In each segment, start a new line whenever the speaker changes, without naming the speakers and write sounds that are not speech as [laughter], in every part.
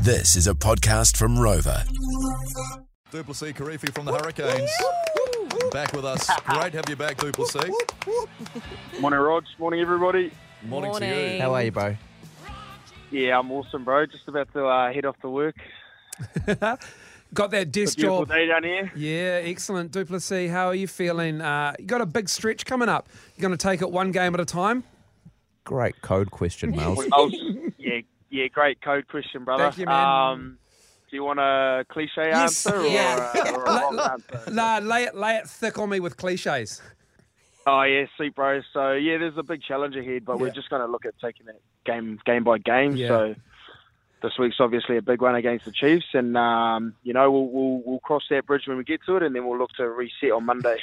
This is a podcast from Rover.
Duplessis Karifi from the Hurricanes. Back with [laughs] us. Great to have you back, Duplessis.
Morning, Rog. Morning, everybody.
Morning, to
Morning.
you. [laughs]
How are you, bro?
Yeah, I'm awesome, bro. Just about to uh, head off to work.
Got that desk
Beautiful
job.
day down here.
Yeah, excellent. Duplessis, how are you feeling? Uh, you got a big stretch coming up. You're going to take it one game at a time.
Great
[laughs]
code question, Miles.
I was, yeah, yeah, great code question, brother.
Thank you, man.
Um, do you want a cliche
Yes.
answer or,
Yeah.
a,
[laughs]
or a wrong answer?
Nah, lay it, lay it thick on me with cliches.
Oh yeah, sweet bro. So yeah, there's a big challenge ahead, but we're just going to look at taking it game game by game.
Yeah.
So this week's obviously a big one against the Chiefs, and um, you know we'll, we'll we'll cross that bridge when we get to it, and then we'll look to reset on Monday.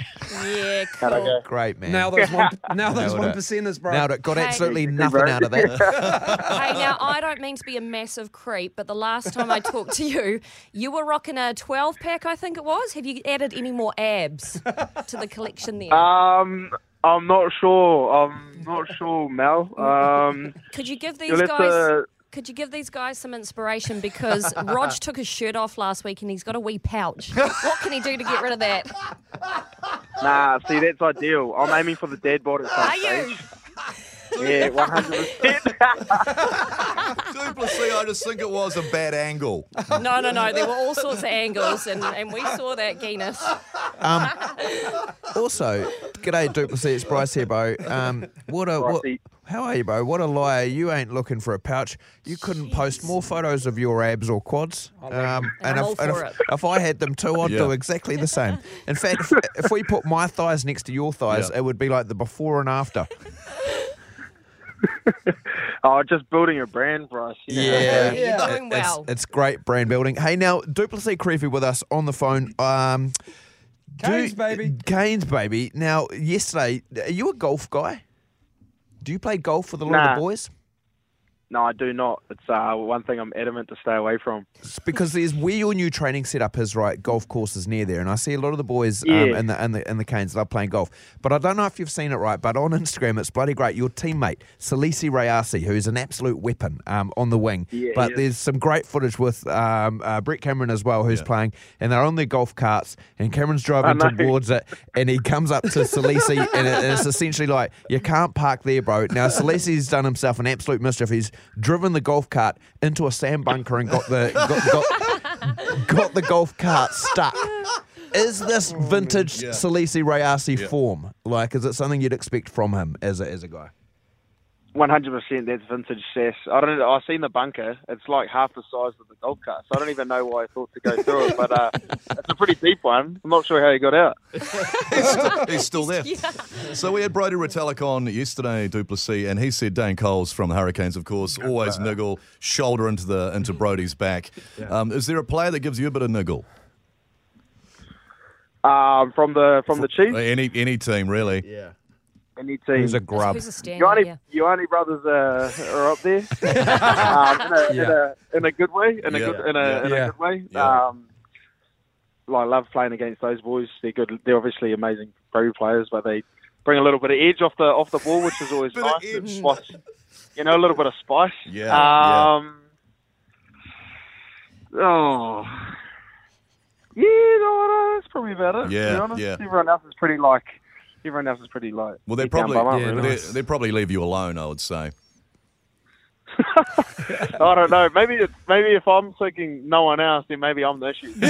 Yeah,
How'd I go?
cool.
Great, man.
Now those
[laughs]
one, now those
Nailed
one
it.
percenters, bro.
Nailed it. Got
Hey.
absolutely nothing out of
[laughs]
that.
Hey, now I don't mean to be a massive creep, but the last time I talked to you, you were rocking a 12 pack, I think it was. Have you added any more abs to the collection there?
Um, I'm not sure. I'm not sure, Mel. Um,
could you give
you'll
[laughs] these
have
guys?
to-
Could you give these guys some inspiration because
[laughs]
Rog took his shirt off last week and he's got a wee pouch. What can he do to get rid of that?
Nah, see, that's ideal. I'm aiming for the dead body.
Are you? [laughs]
Yeah, 100%.
Duplessis, I just think it was a bad [laughs] angle.
No, no, no. There were all sorts of angles, and, and we saw that, Guinness.
also, g'day, Duplessis. It's Bryce here, bro. Um, what a. What,
Brycey.
how are you, bro? What a liar. You ain't looking for a pouch. You couldn't post more photos of your abs or quads. Um,
And I'm all
if, and
for
if,
it.
if I had them too, I'd
Yeah.
do exactly the same. In fact, if, if we put my thighs next to your thighs,
Yeah.
it would be like the before and after.
oh, just building a brand, Bryce. you know.
You're
Yeah, It-
doing
it's-
well.
It's, great brand building. Hey, now Duplessis Creepy with us on the phone. Um, do-
Canes, baby.
Canes, baby. Now, yesterday, are you a golf guy? Do you play golf with a lot of
Nah.
the boys?
No, I do not. It's uh, one thing I'm adamant to stay away from.
It's because there's where your new training setup is, right? Golf courses near there, and I see a lot of the boys um,
Yeah.
in the in the in the Canes love playing golf. But I don't know if you've seen it, right? But on Instagram, it's bloody great. Your teammate Salisi Rayasi, who's an absolute weapon um, on the wing.
Yeah,
but
yeah.
there's some great footage with um, uh, Brett Cameron as well, who's playing, and they're on their golf carts, and Cameron's driving
know.
towards it, and he comes up to Salisi, and it- it's essentially like you can't park there, bro. Now Salisi's done himself an absolute mischief. He's driven the golf cart into a sand bunker and got the got, got, got the golf cart stuck. Is this vintage
Yeah.
Salisi Rayasi
Yeah.
form? Like, is it something you'd expect from him as a, as a guy?
100% that's vintage sass. I don't know. I've seen the bunker. It's like half the size of the golf cart. So I don't even know why I thought to go through it. But uh, it's a pretty deep one. I'm not sure how he got out.
He's still there. So we had Brody Retallick on yesterday, Duplessis, and he said Dane Coles from the Hurricanes, of course, always niggle, shoulder into the into Brody's back. Um, is there a player that gives you a bit of niggle?
Um, from the from the Chiefs,
Any any team, really? Yeah.
any team.
He's a grub.
Who's a stand?
Ioane,
Yeah.
Ioane brothers uh, are up there
[laughs]
um, in, a, in, a, in a good way. In a
Yeah.
good in a, in
Yeah.
a good way.
Yeah.
Um, well, I love playing against those boys. They're good. They're obviously amazing pro players, but they bring a little bit of edge off the off the ball, which is always
Bit of
nice. and
edge.
spice. you know, a little bit of spice.
Yeah, yeah.
Um, Oh. Yeah, no, no, that's probably about it. to
Yeah,
be honest.
yeah.
Everyone else is pretty like. Everyone else is pretty like.
Well, they
beat down
probably
by one,
yeah,
really.
they,
nice.
they probably leave you alone. I would say. [laughs]
I don't know. Maybe it's, maybe if I'm thinking no one else, then maybe I'm the issue.
[laughs]
[laughs]
Maybe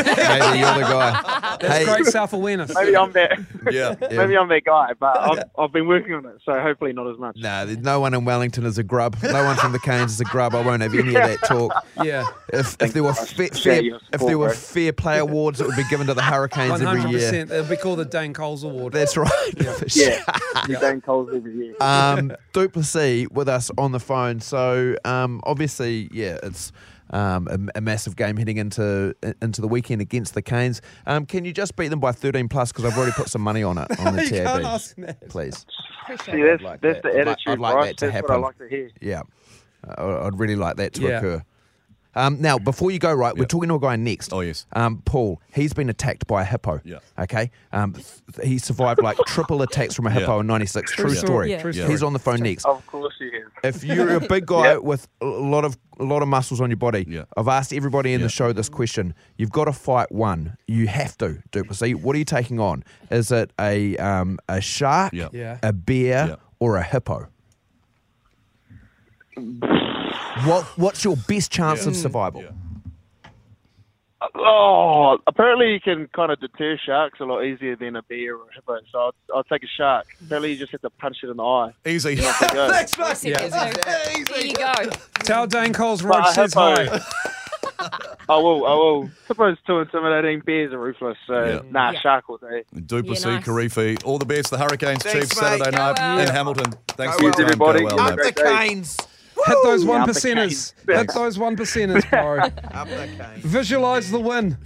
you're the guy. Hey,
Great self awareness.
Maybe I'm that.
Yeah.
Maybe I'm that guy. But I've, I've been working on it, so hopefully not as much.
Nah, there's no one in Wellington is a grub. No one from the Canes is a grub. I won't have any of that talk.
Yeah.
If, if there were fair, fair
Appreciate your
if there
support,
were
bro.
fair play awards, it would be given to the Hurricanes every
100%.
year.
It'll be called the Dane Coles Award.
That's right. [laughs] for sure.
Yeah, you're Dan Coles every year.
Um, Duplessis with us on the phone. So um, obviously, yeah, it's um, a, a massive game heading into into the weekend against the Canes. Um, can you just beat them by 13 plus? Because I've already put some money on it on the
[laughs] You can't
TAB. eh?
ask him that.
Please.
See, that's,
like
that's
that.
the
I'd like-
attitude,
I'd like
Bryce.
that to
that's what I
happen.
like to hear.
Yeah, I- I'd really like that to
Yeah.
occur. Um, now, before you go, right, we're
Yep.
talking to a guy next.
Oh, yes.
Um, Paul, he's been attacked by a hippo.
Yeah.
Okay. Um, th- he survived like triple attacks from a hippo
Yeah.
in 96. True,
True
story.
story. Yeah. True
Yeah.
He's on the phone next.
Of course you have.
If you're a big guy with a lot of a lot of muscles on your body,
Yeah.
I've asked everybody in
Yeah.
the show this question. You've got to fight one. You have to, Duplessis. What are you taking on? Is it a um, a shark,
Yeah.
Yeah.
a bear,
Yeah.
or a hippo? what What's your best chance of survival?
Yeah.
Oh, apparently you can kind of deter sharks a lot easier than a bear or a hippo. So I'll, I'll take a shark. Apparently you just have to punch it in the eye.
Easy.
Go.
Yes, it is. There you go.
Tell Dane Coles Rog
But a
says
hippo-
hi.
I will. I will. Suppose too intimidating. Bears are ruthless. So
Yeah.
nah,
Yeah.
shark all day.
Duplessis,
Yeah, nice.
Karifi, all the best. The Hurricanes,
Thanks,
Chiefs,
mate.
Saturday
Go
night
well.
in Hamilton. Thanks
Go
for your
well.
time.
Everybody,
Go
up
well,
the
mate.
canes.
Hit those
Yeah,
one
I'm the
percenters.
king. [laughs]
Hit those one percenters, bro.
Up the canes.
Visualize the win.